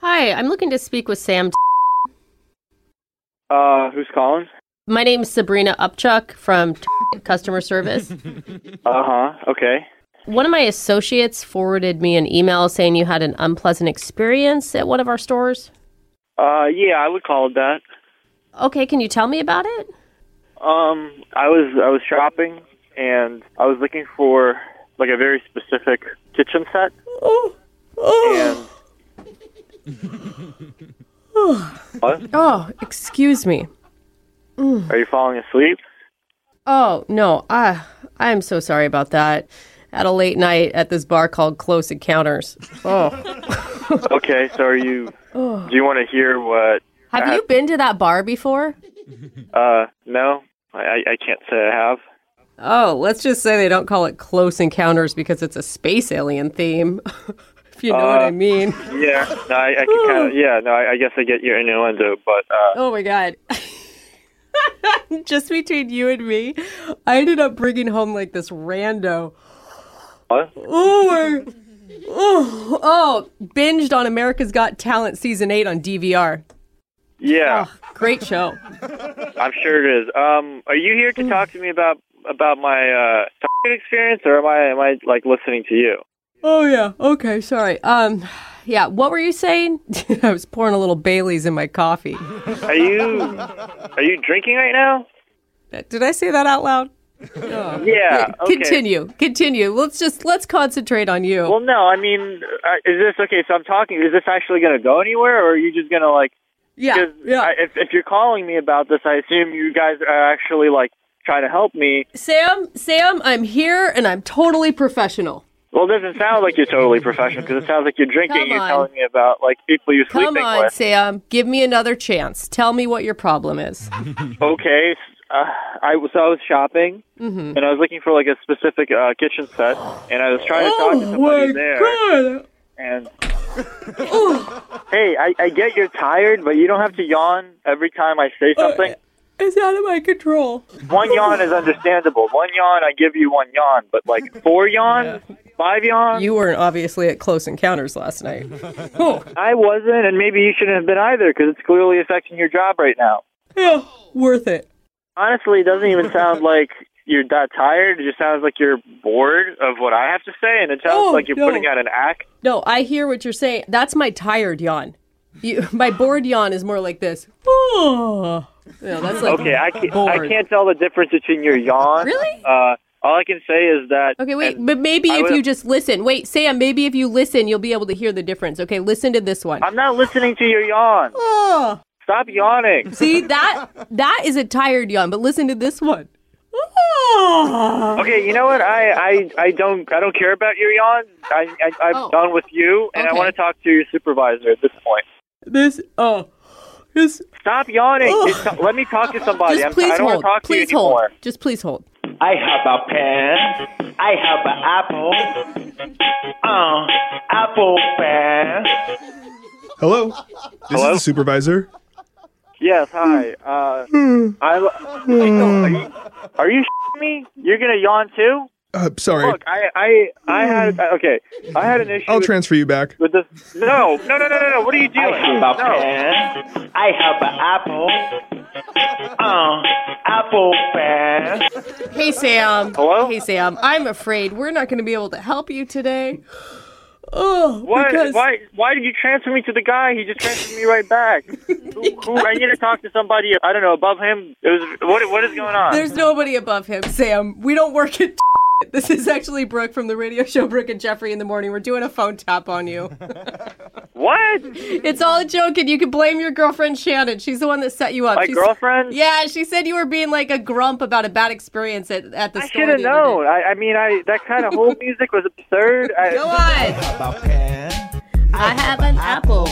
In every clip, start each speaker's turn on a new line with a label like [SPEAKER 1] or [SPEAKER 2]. [SPEAKER 1] Hi, I'm looking to speak with Sam.
[SPEAKER 2] Uh, who's calling?
[SPEAKER 1] My name's Sabrina Upchuck from customer service.
[SPEAKER 2] Uh huh. Okay.
[SPEAKER 1] One of my associates forwarded me an email saying you had an unpleasant experience at one of our stores.
[SPEAKER 2] Uh, yeah, I would call it that.
[SPEAKER 1] Okay, can you tell me about it?
[SPEAKER 2] Um, I was I was shopping and I was looking for like a very specific kitchen set.
[SPEAKER 1] Oh,
[SPEAKER 2] And what?
[SPEAKER 1] Oh, excuse me.
[SPEAKER 2] Are you falling asleep?
[SPEAKER 1] Oh, no. I I'm so sorry about that. At a late night at this bar called Close Encounters. Oh.
[SPEAKER 2] Okay. So are you? do you want to hear what?
[SPEAKER 1] Have you been to that bar before?
[SPEAKER 2] Uh, no, I I can't say I have.
[SPEAKER 1] Oh, let's just say they don't call it Close Encounters because it's a space alien theme. if you know what I mean.
[SPEAKER 2] Yeah. No, I, I can kind of. Yeah. No, I, I guess I get your innuendo, but uh,
[SPEAKER 1] Oh my god. Just between you and me, I ended up bringing home like this rando.
[SPEAKER 2] what?
[SPEAKER 1] Oh, I- oh, oh, binged on America's Got Talent season 8 on DVR.
[SPEAKER 2] Yeah,
[SPEAKER 1] Great show.
[SPEAKER 2] I'm sure it is. Um, are you here
[SPEAKER 1] Hmm.
[SPEAKER 2] to talk to me about about my uh experience, or am I am I like listening to you?
[SPEAKER 1] Oh yeah. Okay, sorry. Um yeah, what were you saying? I was pouring a little Bailey's in my coffee.
[SPEAKER 2] Are you are you drinking right now?
[SPEAKER 1] Did I say that out loud?
[SPEAKER 2] Yeah. Okay.
[SPEAKER 1] Continue. Continue. Let's just let's concentrate on you.
[SPEAKER 2] Well, no. I mean, uh, is this okay? So I'm talking. Is this actually going to go anywhere, or are you just going to like?
[SPEAKER 1] yeah.
[SPEAKER 2] Because
[SPEAKER 1] Yeah.
[SPEAKER 2] if if you're calling me about this, I assume you guys are actually like trying to help me.
[SPEAKER 1] Sam, Sam, I'm here and I'm totally professional.
[SPEAKER 2] Well, it doesn't sound like you're totally professional because it sounds like you're drinking.
[SPEAKER 1] Come
[SPEAKER 2] You're
[SPEAKER 1] on.
[SPEAKER 2] telling me about like people you're
[SPEAKER 1] Come
[SPEAKER 2] sleeping
[SPEAKER 1] on,
[SPEAKER 2] with.
[SPEAKER 1] Sam. Give me another chance. Tell me what your problem is.
[SPEAKER 2] Okay. Uh, I was so I was shopping
[SPEAKER 1] Mm-hmm.
[SPEAKER 2] and I was looking for like a specific uh, kitchen set, and I was trying to talk to somebody there.
[SPEAKER 1] Oh god.
[SPEAKER 2] And hey, I, I get you're tired, but you don't have to yawn every time I say something.
[SPEAKER 1] Uh, It's out of my control.
[SPEAKER 2] One yawn is understandable. One yawn, I give you one yawn, but like four yawns, five yawns,
[SPEAKER 1] You weren't obviously at close encounters last night. oh,
[SPEAKER 2] I wasn't, and maybe you shouldn't have been either because it's clearly affecting your job right now.
[SPEAKER 1] yeah, worth it.
[SPEAKER 2] Honestly, it doesn't even sound like you're that tired. It just sounds like you're bored of what I have to say, and it sounds
[SPEAKER 1] Oh,
[SPEAKER 2] like you're
[SPEAKER 1] no.
[SPEAKER 2] putting out an act.
[SPEAKER 1] No, I hear what you're saying. That's my tired yawn. You, my bored yawn is more like this. Oh. Yeah, that's like
[SPEAKER 2] Okay, I can't, I
[SPEAKER 1] bored.
[SPEAKER 2] can't tell the difference between your yawn.
[SPEAKER 1] Really?
[SPEAKER 2] Uh, all I can say is that.
[SPEAKER 1] Okay, wait,
[SPEAKER 2] and
[SPEAKER 1] but maybe
[SPEAKER 2] I
[SPEAKER 1] if
[SPEAKER 2] would-
[SPEAKER 1] you just listen. Wait, Sam, maybe if you listen, you'll be able to hear the difference. Okay, listen to this one.
[SPEAKER 2] I'm not listening to your yawn.
[SPEAKER 1] Oh.
[SPEAKER 2] Stop yawning.
[SPEAKER 1] See that that is a tired yawn, but listen to this one. Oh.
[SPEAKER 2] Okay, you know what? I, I, I don't I don't care about your yawn. I, I I'm
[SPEAKER 1] Oh.
[SPEAKER 2] done with you, and I
[SPEAKER 1] Okay.
[SPEAKER 2] want to talk to your supervisor at this point.
[SPEAKER 1] This oh this
[SPEAKER 2] Stop yawning. It's- let me talk to somebody.
[SPEAKER 1] just
[SPEAKER 2] I'm,
[SPEAKER 1] please
[SPEAKER 2] I don't
[SPEAKER 1] hold.
[SPEAKER 2] want to talk
[SPEAKER 1] please
[SPEAKER 2] to you
[SPEAKER 1] hold.
[SPEAKER 2] anymore.
[SPEAKER 1] Just please hold.
[SPEAKER 3] I have a pen. I have an apple. Uh, apple pen.
[SPEAKER 4] Hello. This
[SPEAKER 2] Hello?
[SPEAKER 4] is the supervisor.
[SPEAKER 2] Yes, hi. Uh, I,
[SPEAKER 1] Hmm.
[SPEAKER 2] are you, are you me? You're gonna yawn too?
[SPEAKER 4] Uh, sorry.
[SPEAKER 2] Look, I, I, I had okay. I had an issue.
[SPEAKER 4] I'll
[SPEAKER 2] with-
[SPEAKER 4] transfer you back.
[SPEAKER 2] with this. No, no, no, no, no, no. What are you
[SPEAKER 3] I
[SPEAKER 2] doing?
[SPEAKER 3] have a
[SPEAKER 2] No.
[SPEAKER 3] pen. I have an apple. Uh, apple pen.
[SPEAKER 1] Hey Sam.
[SPEAKER 2] Hello?
[SPEAKER 1] Hey Sam. I'm afraid we're not going to be able to help you today. Oh,
[SPEAKER 2] What?
[SPEAKER 1] because
[SPEAKER 2] Why? Why did you transfer me to the guy? He just transferred me right back. who, who, I need to talk to somebody. I don't know above him. It was what? What is going on?
[SPEAKER 1] there's nobody above him, Sam. We don't work at This is actually Brooke from the radio show Brooke and Jeffrey in the morning. We're doing a phone tap on you.
[SPEAKER 2] what?
[SPEAKER 1] It's all a joke, and you can blame your girlfriend Shannon. She's the one that set you up.
[SPEAKER 2] My
[SPEAKER 1] She's-
[SPEAKER 2] girlfriend?
[SPEAKER 1] Yeah, she said you were being like a grump about a bad experience at, at the
[SPEAKER 2] I
[SPEAKER 1] store.
[SPEAKER 2] should have
[SPEAKER 1] the other
[SPEAKER 2] known. I, I mean, I that kind of whole music was absurd.
[SPEAKER 1] day. Go
[SPEAKER 2] I,
[SPEAKER 1] on.
[SPEAKER 3] I have a pen.
[SPEAKER 1] I have an apple.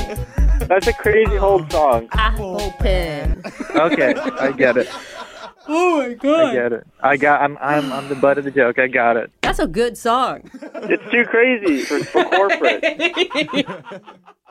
[SPEAKER 2] that's a crazy whole song.
[SPEAKER 1] Apple pen.
[SPEAKER 2] Okay, I get it.
[SPEAKER 1] Oh my god.
[SPEAKER 2] it. I got. I'm. I'm. I'm the butt of the joke. I got it.
[SPEAKER 1] That's a good song.
[SPEAKER 2] It's too crazy for, for corporate.